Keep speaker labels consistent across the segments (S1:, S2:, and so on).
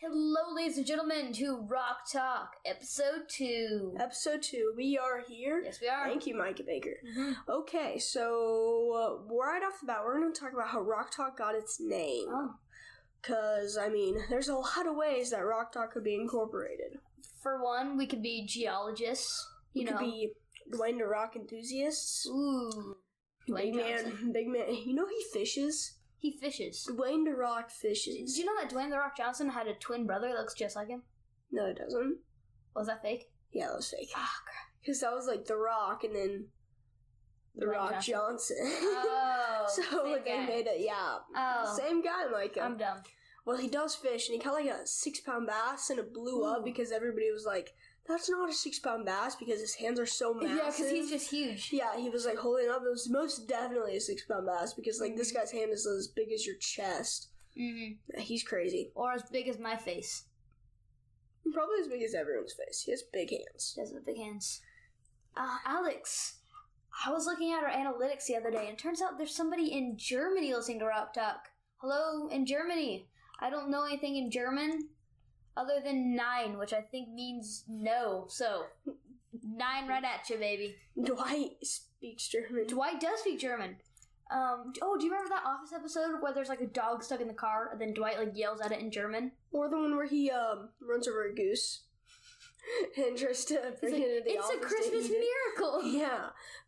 S1: Hello, ladies and gentlemen, to Rock Talk, episode two.
S2: Episode two. We are here.
S1: Yes, we are.
S2: Thank you, Micah Baker.
S1: Mhm.
S2: Okay, so uh, right off the bat, we're going to talk about how Rock Talk got its name.
S1: Oh.
S2: Because, I mean, there's a lot of ways that Rock Talk could be incorporated.
S1: For one, we could be geologists. You
S2: could
S1: know,
S2: be Dwayne the Rock Enthusiasts.
S1: ooh, Dwayne
S2: big
S1: Johnson.
S2: man. Big man. You know he fishes?
S1: He fishes.
S2: Dwayne the Rock
S1: Did
S2: fishes.
S1: you know that Dwayne the Rock Johnson had a twin brother that looks just like him?
S2: No, it doesn't.
S1: Was that fake?
S2: Yeah, that was fake.
S1: Ah,
S2: Because that was like The Rock and then The
S1: Dwayne
S2: Rock Johnson.
S1: Oh,
S2: so
S1: same
S2: they
S1: guy.
S2: made it, yeah.
S1: Oh,
S2: Same guy, Micah.
S1: I'm dumb.
S2: Well, he does fish, and he caught like a six pound bass, and it blew
S1: Ooh.
S2: up because everybody was like, "That's not a six pound bass because his hands are so massive."
S1: Yeah, because he's just huge.
S2: yeah, he was like holding up. It was most definitely a six pound bass because like
S1: Mm.
S2: this guy's hand is as big as your chest.
S1: hmm
S2: Yeah, he's crazy.
S1: Or as big as my face.
S2: Probably as big as everyone's face. He has big hands.
S1: She has big hands. Uh, Alex, I was looking at our analytics the other day, and turns out there's somebody in Germany listening to Rock Talk. Hello, in Germany. I don't know anything in German other than nine, which I think means no. So, nine right at you, baby.
S2: Dwight speaks German.
S1: Dwight does speak German. Um, oh, do you remember that Office episode where there's like a dog stuck in the car, and then Dwight like yells at it in German?
S2: Or the one where he um runs over a goose and tries to bring it into the
S1: it's
S2: office
S1: a
S2: to
S1: Christmas
S2: eat it.
S1: miracle.
S2: Yeah,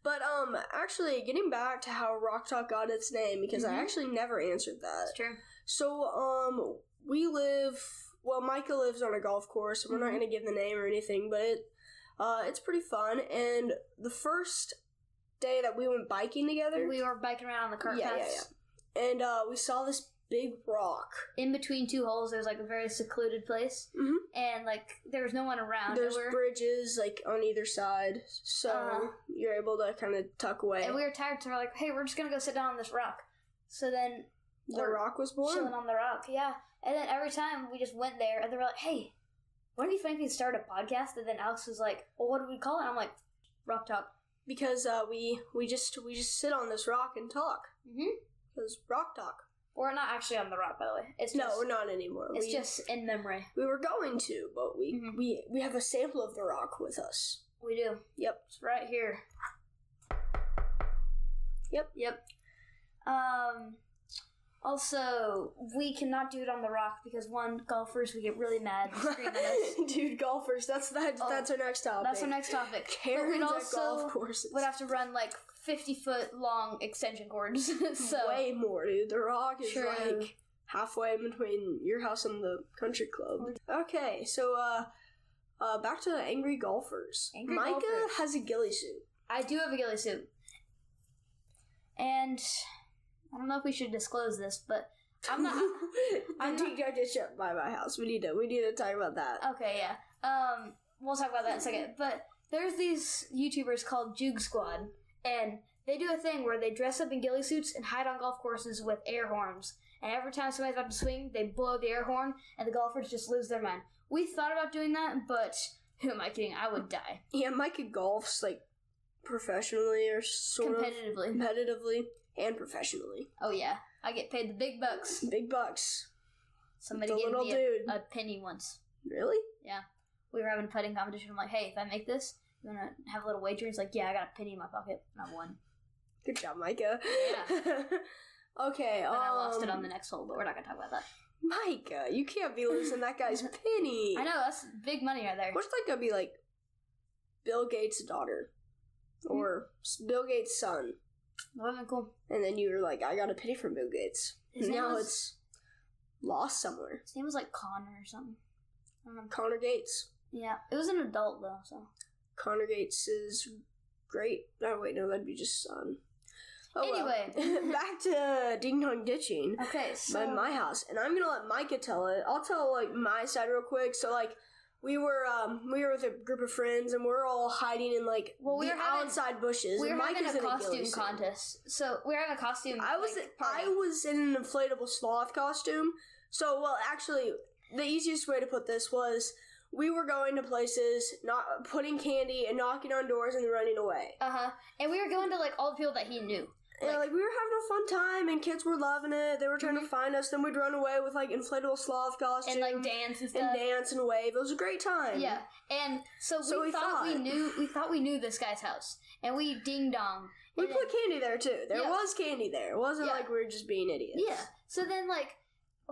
S2: but um, actually, getting back to how Rock Talk got its name because
S1: Mhm.
S2: I actually never answered that.
S1: That's true.
S2: So um, we live. Well, Micah lives on a golf course. We're not
S1: Mhm.
S2: going to give the name or anything, but it uh, it's pretty fun. And the first day that we went biking together,
S1: We were biking around on the cart
S2: Yeah, yeah,
S1: paths.
S2: yeah. and uh, we saw this big rock.
S1: in between two holes there's like a very secluded place
S2: Mhm.
S1: and like there was no one around
S2: There's
S1: and, we were,
S2: bridges like on either side, so
S1: Uh-huh.
S2: you're able to kind of tuck away.
S1: and we were tired so we're like hey we're just gonna go sit down on this rock so then
S2: the
S1: we're
S2: rock was born.
S1: chilling on the rock yeah and then every time we just went there and they were like hey wouldn't it be funny if we start a podcast and then alex was like well what do we call it i'm like rock talk
S2: because uh, we we just we just sit on this rock and talk
S1: mm-hmm.
S2: because rock talk.
S1: we're not actually on the rock by the way it's
S2: No,
S1: just,
S2: we're not anymore.
S1: it's
S2: we,
S1: just in memory
S2: we were going to, but we
S1: Mhm.
S2: we we have a sample of the rock with us.
S1: we do
S2: Yep.
S1: It's right here.
S2: Yep.
S1: Yep. Um, also, we cannot do it on the rock because one, golfers would get really mad and scream at us.
S2: Dude, golfers. That's that.
S1: Oh,
S2: that's our next topic.
S1: That's our next topic.
S2: Karens
S1: But we'd
S2: at
S1: also
S2: golf courses.
S1: would have to run like 50 foot long extension cords. so,
S2: way more, dude. The rock is
S1: True.
S2: like halfway in between your house and the country club.
S1: Mm-hmm.
S2: Okay, so uh, uh, back to the angry golfers.
S1: Angry
S2: Micah
S1: golfers.
S2: has a ghillie suit.
S1: I do have a ghillie suit. And I don't know if we should disclose this, but I'm not. Uh,
S2: I'm
S1: I'm
S2: the TikTok is shut by my house. We need to. We need to talk about that.
S1: Okay, yeah. Um, we'll talk about that in a second. But there's these YouTubers called Juke Squad, and they do a thing where they dress up in ghillie suits and hide on golf courses with air horns. And every time somebody's about to swing, they blow the air horn, and the golfers just lose their mind. We thought about doing that, but who am I kidding? I would die
S2: Yeah, Micah golfs like professionally or sort of
S1: competitively.
S2: competitively and professionally.
S1: Oh yeah, I get paid the big bucks.
S2: Big bucks.
S1: Somebody
S2: The
S1: gave
S2: little
S1: me a,
S2: dude.
S1: a penny once.
S2: Really?
S1: Yeah, we were having a putting competition. I'm like, hey, if I make this, you wanna have a little wager? He's like, yeah, I got a penny in my pocket, and I won.
S2: Good job, Micah.
S1: Yeah.
S2: okay.
S1: And
S2: um,
S1: I lost it on the next hole, but we're not gonna talk about that.
S2: Micah, you can't be losing that guy's penny.
S1: I know that's big money right there.
S2: What's that gonna be like? Bill Gates' daughter, or
S1: Hmm?
S2: s Bill Gates' son,
S1: That would've been cool.
S2: and then you were like, "I got a penny from Bill Gates."
S1: His name
S2: now
S1: was-
S2: it's lost somewhere.
S1: His name was like Connor or something. I don't remember.
S2: Connor Gates.
S1: Yeah, it was an adult though, so.
S2: Connor Gates is great. Oh wait, no, that'd be just son. Oh, well.
S1: Anyway.
S2: back to ding dong ditching
S1: Okay,
S2: by
S1: so
S2: my house, and I'm gonna let Micah tell it. I'll tell like my side real quick. So like. We were um, we were with a group of friends and we are all hiding in like
S1: Well, we
S2: the
S1: were having-
S2: outside bushes.
S1: we
S2: and
S1: were having
S2: Micah's
S1: a
S2: in ghillie
S1: costume
S2: suit.
S1: contest. So we were having a costume.
S2: I was
S1: like, party.
S2: I was in an inflatable sloth costume. So well, actually, the easiest way to put this was we were going to places, not putting candy and knocking on doors and running away.
S1: Uh-huh, uh huh, and we were going to like all the people that he knew.
S2: yeah, like we were having a fun time and kids were loving it. They were trying to find us. Then we'd run away with like inflatable sloth costumes
S1: and like dance and stuff.
S2: and dance and wave. It was a great time.
S1: Yeah, and so we,
S2: So we
S1: thought, we
S2: thought.
S1: knew we thought we knew this guy's house, and we ding dong.
S2: We put candy there too. There
S1: Yeah.
S2: was candy there. It wasn't
S1: Yeah.
S2: like we were just being idiots.
S1: yeah. So then like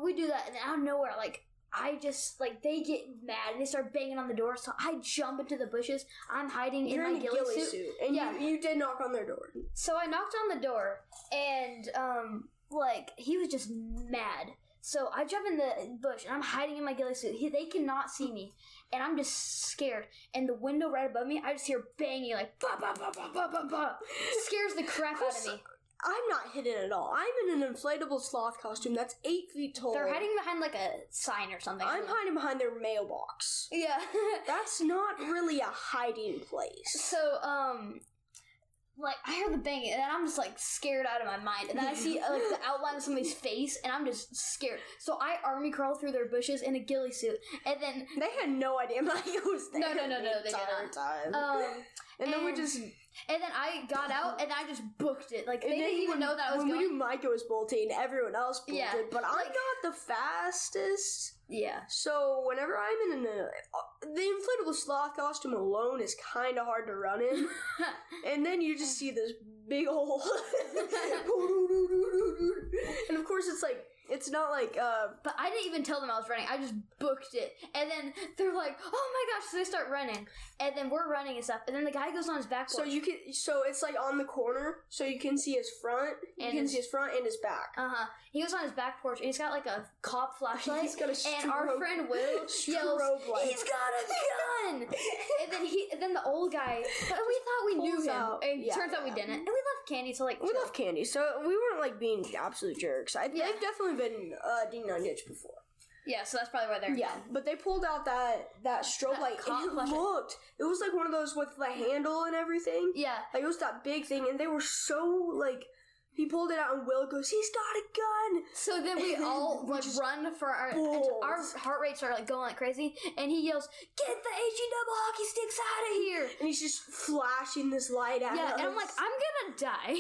S1: we do that, and out of nowhere, like I just like they get mad and they start banging on the door. So I jump into the bushes. I'm hiding
S2: You're
S1: in
S2: in
S1: my
S2: a ghillie, suit, and
S1: Yeah.
S2: you, you did knock on their door.
S1: So I knocked on the door, and um, like he was just mad. So I jump in the bush and I'm hiding in my ghillie suit. He, they cannot see me, and I'm just scared. And the window right above me, I just hear banging, like ba ba ba ba ba ba ba, scares the crap out of me.
S2: I'm not hidden at all. I'm in an inflatable sloth costume that's eight feet tall.
S1: They're hiding behind like a sign or something.
S2: I'm hiding behind their mailbox.
S1: Yeah.
S2: That's not really a hiding place.
S1: so um. Like I heard the banging, and I'm just like scared out of my mind. And then I see uh, like the outline of somebody's face, and I'm just scared. So I army crawl through their bushes in a ghillie suit, and then
S2: They had no idea Mike was there.
S1: No, no, no, no,
S2: the
S1: they did
S2: entire
S1: not.
S2: Time.
S1: um,
S2: and then we
S1: and
S2: just.
S1: And then I got out and I just booked it. Like they
S2: and then
S1: didn't even
S2: when-
S1: know that I was
S2: when
S1: going.
S2: we knew Micah was bolting, everyone else bolted,
S1: Yeah,
S2: but I
S1: like-
S2: got the fastest.
S1: yeah,
S2: So whenever I'm in an uh, the inflatable sloth costume alone is kind of hard to run in, and then you just see this big hole, and of course it's like it's not like uh
S1: but I didn't even tell them I was running. I just booked it. And then they're like, "Oh my gosh!" So they start running, and then we're running and stuff. And then the guy goes on his back.
S2: so you can so it's like on the corner so you can see his front, you
S1: And
S2: can
S1: his-
S2: see his front and his back.
S1: Uh huh. He goes on his back porch and he's got like a cop flashlight.
S2: He's got a
S1: and our
S2: strobe-
S1: friend Will yells,
S2: strobe light.
S1: "He's got a gun!" and then he, and then the old guy. But we thought we knew
S2: Pulls
S1: him,
S2: out.
S1: and
S2: Yeah,
S1: turns out we
S2: yeah.
S1: didn't. And we left candy to like.
S2: We
S1: chill.
S2: love candy, so we weren't like being absolute jerks. I,
S1: Yeah.
S2: They've definitely been uh, Dean on Ditch before.
S1: Yeah, so that's probably where they're.
S2: Yeah, but they pulled out that that strobe
S1: That
S2: light
S1: cock
S2: and it
S1: flashlight.
S2: looked. It was like one of those with the handle and everything.
S1: Yeah.
S2: Like it was that big thing, and they were so like. He pulled it out, and Will goes, "He's got a gun."
S1: So then we
S2: And then
S1: all
S2: we
S1: like
S2: just
S1: run for our
S2: bolts.
S1: our heart rates are like going like crazy, and he yells, "Get the HE double hockey sticks out of here!"
S2: And he's just flashing this light at
S1: Yeah,
S2: us.
S1: and I'm like, I'm
S2: I'm
S1: gonna
S2: in an
S1: die.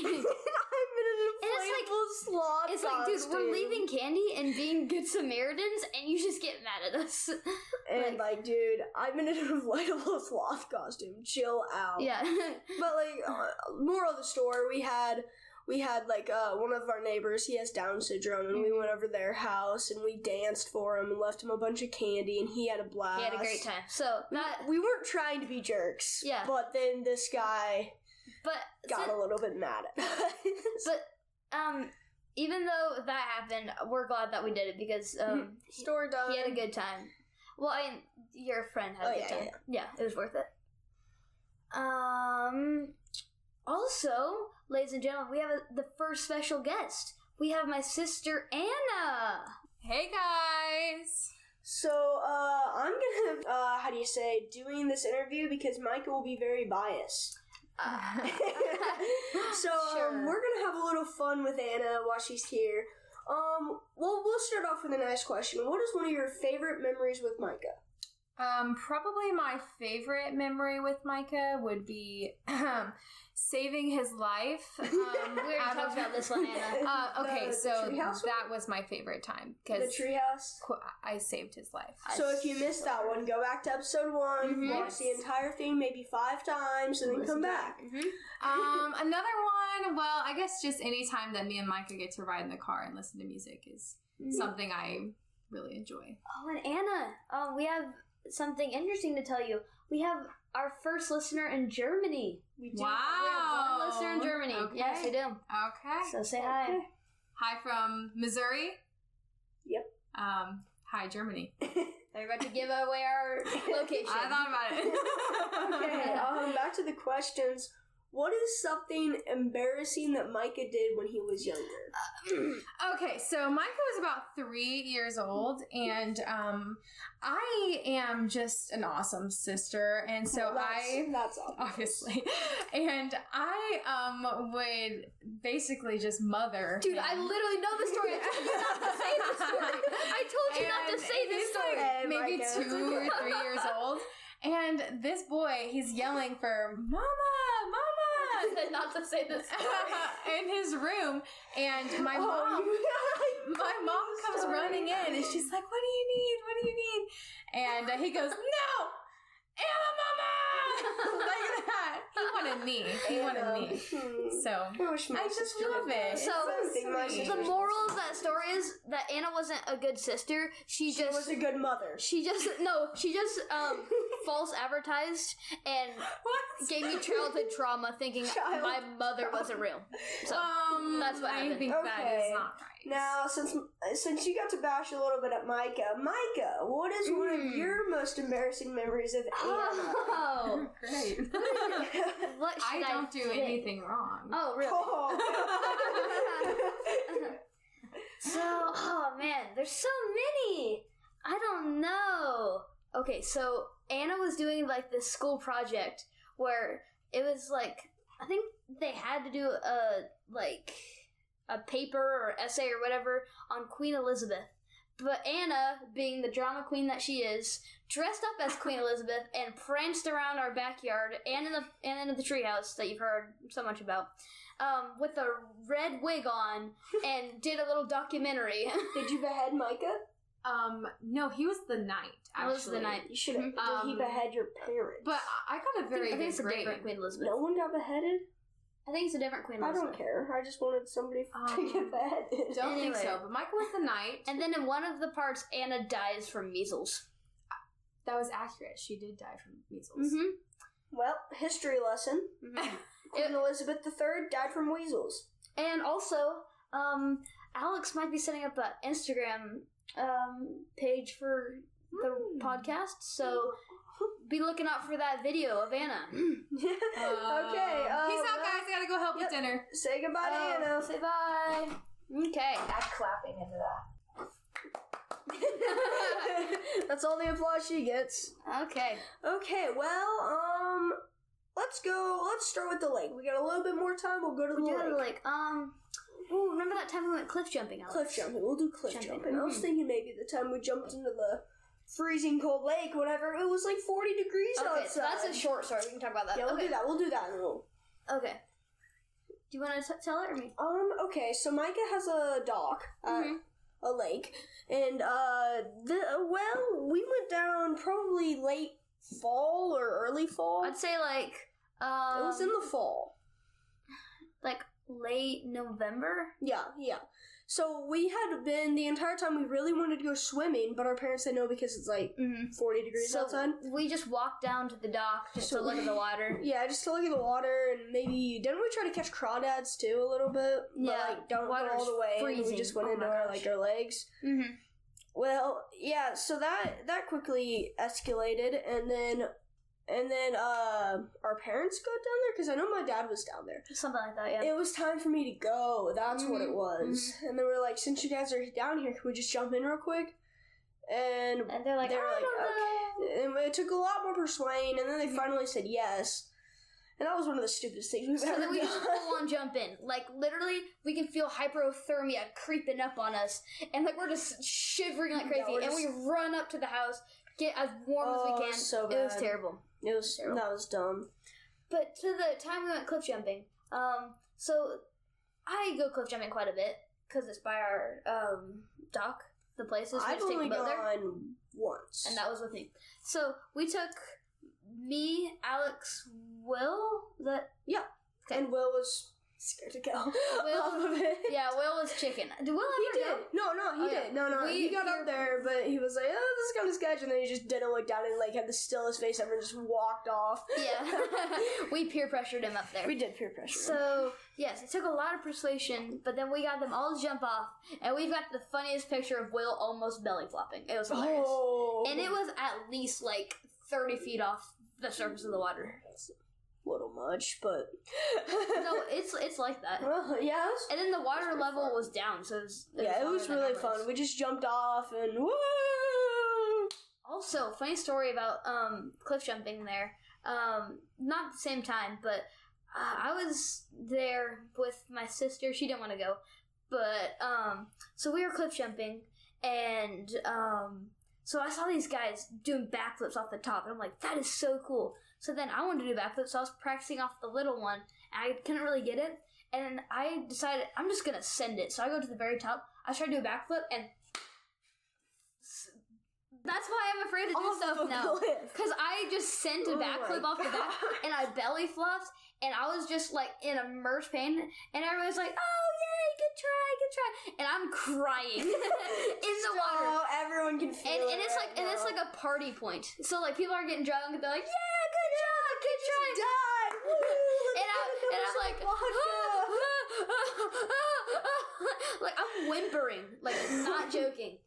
S1: it's like-
S2: inflatable sloth.
S1: It's like, dude,
S2: costume.
S1: we're leaving candy and being good Samaritans, and you just get mad at us.
S2: and like, dude, I'm in an inflatable sloth costume. Chill out.
S1: yeah,
S2: But like, uh, moral of the story, we had we had like uh, one of our neighbors. He has Down syndrome, and we went over to their house and we danced for him and left him a bunch of candy, and he had a blast.
S1: he had a great time. So that,
S2: We weren't trying to be jerks.
S1: Yeah.
S2: But then this guy
S1: but
S2: got
S1: so-
S2: a little bit mad at us.
S1: but um, even though that happened, we're glad that we did it because
S2: Mm-hmm.
S1: um,
S2: Story done.
S1: he had a good time. Well, I mean, your friend had
S2: Oh,
S1: a good
S2: yeah,
S1: time. Yeah. it was worth it. Um. Also, ladies and gentlemen, we have a, the first special guest. We have my sister Anna.
S3: Hey guys!
S2: So uh, I'm gonna uh, how do you say doing this interview because Micah will be very biased.
S1: Uh,
S2: so um,
S1: Sure.
S2: we're gonna have a little fun with Anna while she's here. Um, well, we'll start off with a nice question. What is one of your favorite memories with Micah?
S3: Um, probably my favorite memory with Micah would be saving his life. Um,
S1: we already
S3: out
S1: talked
S3: of-
S1: about this one, Anna.
S3: Uh,
S2: The-
S3: okay,
S2: the
S3: so
S2: treehouse one?
S3: that was my favorite time
S2: the
S3: because
S2: treehouse.
S3: I saved his life.
S1: I
S2: So if you missed that one, go back to episode one,
S1: Mhm.
S2: watch the entire thing maybe five times, and then
S1: Listen
S2: come
S1: to
S2: back.
S1: Mhm.
S3: Um, another one. Well, I guess just any time that me and Micah get to ride in the car and listen to music is
S2: Mm-hmm.
S3: something I really enjoy.
S1: Oh, and Anna, um, we have something interesting to tell you. We have our first listener in Germany.
S2: We do.
S1: We have one
S3: Wow!
S1: listener in Germany.
S3: Okay.
S1: Yes, we do.
S3: Okay.
S1: So say hi.
S3: Hi from Missouri.
S2: Yep.
S3: Um, hi Germany.
S1: They're about to give away our location.
S3: I thought about it.
S2: Okay, um, back to the questions. What is something embarrassing that Micah did when he was younger?
S3: Okay, so Micah was about three years old, and um, I am just an awesome sister, and so I
S2: that's, that's obvious.
S3: obviously, and I um would basically just mother.
S1: Dude,
S3: him.
S1: I literally know the story. I told you not to say this story. I told you not to
S3: And
S1: say this
S3: he's
S1: story. Oh
S3: like
S2: Hey,
S3: maybe
S2: Micah.
S3: two or three years old, and this boy, he's yelling for mama, mama.
S1: said not to say this.
S3: in his room, and my
S2: Oh,
S3: mom
S2: you-
S3: my
S1: Oh,
S3: mom comes
S2: Sorry.
S3: running in and she's like, "What do you need? What do you need?" And uh, he goes, "No, Anna, mama!" like that. He wanted me. He wanted me.
S2: Hmm.
S3: So
S2: I wish my
S3: I just
S2: sister
S3: love
S2: had
S3: it.
S2: that.
S1: So,
S2: I think my
S3: sweet.
S1: the
S2: sister's
S1: moral of that story is that Anna wasn't a good sister. She
S2: She
S1: just
S2: was a good mother.
S1: she just no, she just um false advertised and
S3: what?
S1: gave me childhood trauma thinking
S2: Child
S1: my mother wasn't real. So
S3: Um,
S1: That's what
S3: I
S1: happened.
S3: think that
S2: Okay.
S3: is not right.
S2: Now, since since you got to bash a little bit at Micah, Micah, what is one of
S1: Mm.
S2: your most embarrassing memories of Anna?
S1: oh,
S3: great.
S1: what should I,
S3: I don't do
S1: think?
S3: anything wrong.
S1: Oh, really?
S2: Oh.
S1: So, oh man, there's so many. I don't know. Okay, so Anna was doing like this school project where it was like I think they had to do a like a paper or essay or whatever on Queen Elizabeth. But Anna, being the drama queen that she is, dressed up as Queen Elizabeth and pranced around our backyard and in the and in the treehouse that you've heard so much about, um, with a red wig on and did a little documentary.
S2: Did you behead Micah?
S3: Um, no, he was the knight.
S1: I
S3: Actually.
S1: was the night.
S2: You should have. did he
S3: Um,
S2: behead your parents?
S3: But I- I got a
S1: I
S3: very
S1: think it's
S3: good
S1: a
S3: grade.
S1: different Queen Elizabeth.
S2: no one got beheaded.
S1: I think it's a different Queen
S2: I
S1: Elizabeth.
S2: don't care. I just wanted somebody
S3: Um,
S2: to get beheaded.
S3: Don't think
S1: Anyway.
S3: so. But Michael was the knight.
S1: And then in one of the parts, Anna dies from measles.
S3: That was accurate. She did die from measles.
S1: Mm-hmm.
S2: Well, history lesson. Queen Elizabeth III died from weasels.
S1: and also, um, Alex might be setting up an Instagram um, page for the
S3: Hmm.
S1: podcast, so be looking out for that video of Anna.
S2: okay.
S3: Um,
S2: uh,
S3: peace out,
S2: well,
S3: guys. I gotta go help
S2: Yep.
S3: with dinner.
S2: Say goodbye
S1: Oh,
S2: to Anna.
S1: Say bye. Okay.
S4: Add clapping into that.
S2: That's all the applause she gets.
S1: Okay.
S2: Okay, well, um, let's go. Let's start with the lake. We got a little bit more time. We'll go to the
S1: We
S2: lake.
S1: did like um. Ooh, remember that time we went cliff jumping? Alex?
S2: Cliff jumping. We'll do cliff jumping.
S1: Jumping.
S2: I was thinking maybe the time we jumped into the freezing cold lake, whenever it was like 40 degrees
S1: Okay,
S2: outside.
S1: so that's a short story. We can talk about that.
S2: yeah, we'll
S1: okay.
S2: do that. We'll do that in a little.
S1: Okay. Do you want to t- tell it or me?
S2: Um, okay, so Micah has a dock at
S1: Mhm.
S2: a lake, and, uh, the, uh, well, we went down probably late fall or early fall.
S1: I'd say like um,
S2: it was in the fall.
S1: like late November.
S2: Yeah, yeah. So we had been the entire time we really wanted to go swimming, but our parents said no because it's like
S1: Mm-hmm.
S2: forty degrees
S1: So
S2: outside.
S1: we just walked down to the dock just
S2: So-
S1: to look at the water.
S2: Yeah, just to look at the water and maybe didn't we try to catch crawdads too a little bit?
S1: Yeah,
S2: but like don't go
S1: water's
S2: all the way. and We
S1: freezing.
S2: just went
S1: Oh
S2: into
S1: my
S2: our
S1: gosh.
S2: like our legs.
S1: Mm-hmm.
S2: Well, yeah. So that that quickly escalated, and then and then uh our parents got down there because I know my dad was down there.
S1: Something like that. Yeah.
S2: It was time for me to go. That's what it
S1: Mhm,
S2: was. And they were like, since you guys are down here, can we just jump in real quick? And
S1: and they're like,
S2: they were
S1: I
S2: like,
S1: don't know.
S2: and it took a lot more persuading, and then
S1: Mm-hmm.
S2: they finally said yes. And that was one of the stupidest things we've
S1: So
S2: ever
S1: then we
S2: done.
S1: just full on jump in. Like literally, we can feel hyperothermia creeping up on us, and like we're just shivering like
S2: Yeah,
S1: crazy.
S2: we're
S1: and we run up to the house, get as warm
S2: Oh,
S1: as we can.
S2: so
S1: It was
S2: bad.
S1: terrible.
S2: it was that was dumb.
S1: But to the time we went cliff jumping, um, so I go cliff jumping quite a bit because it's by our um, dock, the places we
S2: I've
S1: just take
S2: only
S1: the boat
S2: gone
S1: there,
S2: once.
S1: and that was with me. So we took me, Alex, Will. is That
S2: And Will was scared to go
S1: Will-
S2: off of it.
S1: yeah, Will was chicken. Did Will ever
S2: He did.
S1: Oh, go?
S2: No, no, he
S1: Okay.
S2: did. No, no, he
S1: We-
S2: got up there, but he was like, "Oh, this is kind of sketch," and then he just didn't look down and like had the stillest face ever, and just walked off.
S1: Yeah, we peer pressured him up there.
S2: we did peer pressure.
S1: So yes, it took a lot of persuasion, but then we got them all to jump off, and we've got the funniest picture of Will almost belly flopping. It was hilarious.
S2: oh,
S1: and it was at least like 30 feet off the surface of the water
S2: a little much, but
S1: no it's it's like that
S2: well, yeah, it was,
S1: and then the water
S2: pretty
S1: level
S2: fun.
S1: was down so it was,
S2: yeah, it
S1: lower
S2: was
S1: than
S2: really
S1: ours.
S2: fun. We just jumped off and woo.
S1: also funny story about um cliff jumping there um not at the same time but uh, i was there with my sister she didn't want to go but um so we were cliff jumping and um so i saw these guys doing backflips off the top and i'm like that is so cool so then i wanted to do backflips so i was practicing off the little one I couldn't really get it. And I decided I'm just gonna send it. So I go to the very top. I try to do a backflip, and s- that's why I'm afraid to do
S2: Off
S1: stuff
S2: of a
S1: now.
S2: cliff.
S1: Because I just sent a
S2: Oh my
S1: backflip off the back,
S2: God.
S1: and I belly flopped, and I was just like in immense pain. And everybody's like, "Oh yay, good try, good try," and I'm crying in the water.
S2: Oh, everyone can feel
S1: And,
S2: it.
S1: and it's like
S2: right
S1: and it's
S2: now.
S1: like a party point. So like people are getting drunk and they're like, "Yeah, good job, good try."
S2: die. Woo, look
S1: And
S2: at
S1: I'm
S2: the
S1: and I'm like,
S2: vodka.
S1: like I'm whimpering, like not joking.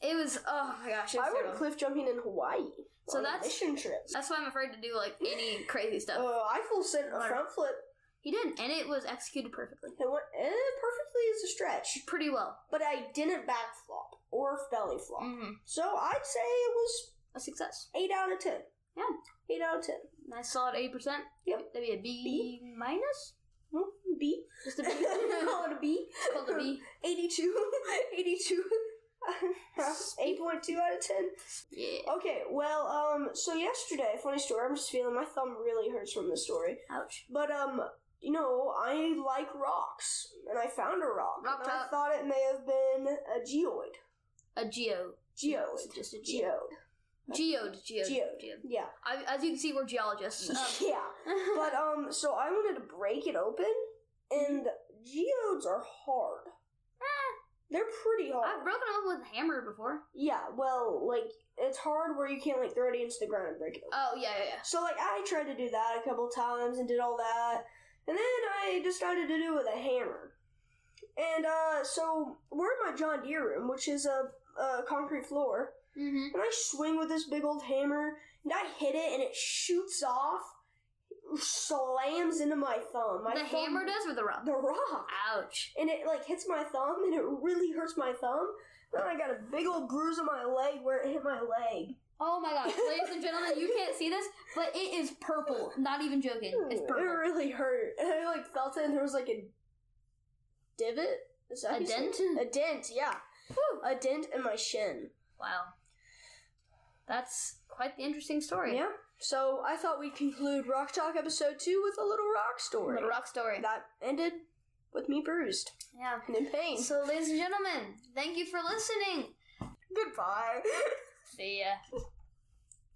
S1: It was oh my gosh, it was
S2: I went
S1: terrible.
S2: cliff jumping in Hawaii.
S1: So
S2: on a
S1: that's-
S2: mission trips.
S1: That's why I'm afraid to do like any crazy stuff.
S2: Oh, I full sent a
S1: Water.
S2: front flip.
S1: He didn't, and it was executed perfectly,
S2: It went eh, perfectly as a stretch,
S1: pretty well.
S2: but I didn't backflop or belly flop.
S1: Mm-hmm.
S2: So I'd say it was
S1: A success.
S2: eight out of ten.
S1: Yeah.
S2: eight out of ten.
S1: Nice solid eighty percent.
S2: Yep.
S1: That'd be a B, minus.
S2: Hmm, B.
S1: Just a B.
S2: Call it a B.
S1: It's called a B.
S2: 82. 82. 8.2 out of 10.
S1: Yeah.
S2: Okay, well, um, so yesterday, funny story, I'm just feeling my thumb really hurts from this story.
S1: Ouch.
S2: But, um, you know, I like rocks, and I found a rock.
S1: Rock
S2: and I
S1: top.
S2: thought it may have been a geoid.
S1: A geo. It's
S2: Geoid.
S1: just a geo.
S2: Geode.
S1: Geode, geode,
S2: Geode.
S1: geode.
S2: Yeah.
S1: I, as you can see, we're geologists. Um,
S2: Yeah. But, um, so I wanted to break it open, and geodes are hard.
S1: Ah.
S2: They're pretty hard.
S1: I've broken them up with a hammer before.
S2: Yeah, well, like it's hard where you can't like throw it into the ground and break it.
S1: Oh yeah, yeah, yeah.
S2: So like I tried to do that a couple times and did all that, and then I decided to do it with a hammer. And uh, so we're in my John Deere room, which is a, a concrete floor,
S1: Mm-hmm.
S2: and I swing with this big old hammer, and I hit it, and it shoots off, slams into my thumb. My
S1: the
S2: thumb-
S1: hammer does or the rock?
S2: the rock
S1: Ouch.
S2: and it like hits my thumb and it really hurts my thumb. Then I got a big old bruise on my leg where it hit my leg.
S1: Oh my gosh, ladies and gentlemen, you can't see this, but it is purple. Not even joking. It's
S2: It
S1: purple.
S2: really hurt. And I like felt it and there was like a divot? Is that
S1: A
S2: how you say it?
S1: dent?
S2: A dent, yeah.
S1: Whew.
S2: A dent in my shin.
S1: Wow. That's quite the interesting story.
S2: Yeah. So I thought we'd conclude Rock Talk episode two with a little rock story.
S1: Little rock story.
S2: That ended with me bruised
S1: Yeah.
S2: and in pain.
S1: So, ladies and gentlemen, thank you for listening.
S2: Goodbye.
S1: See ya.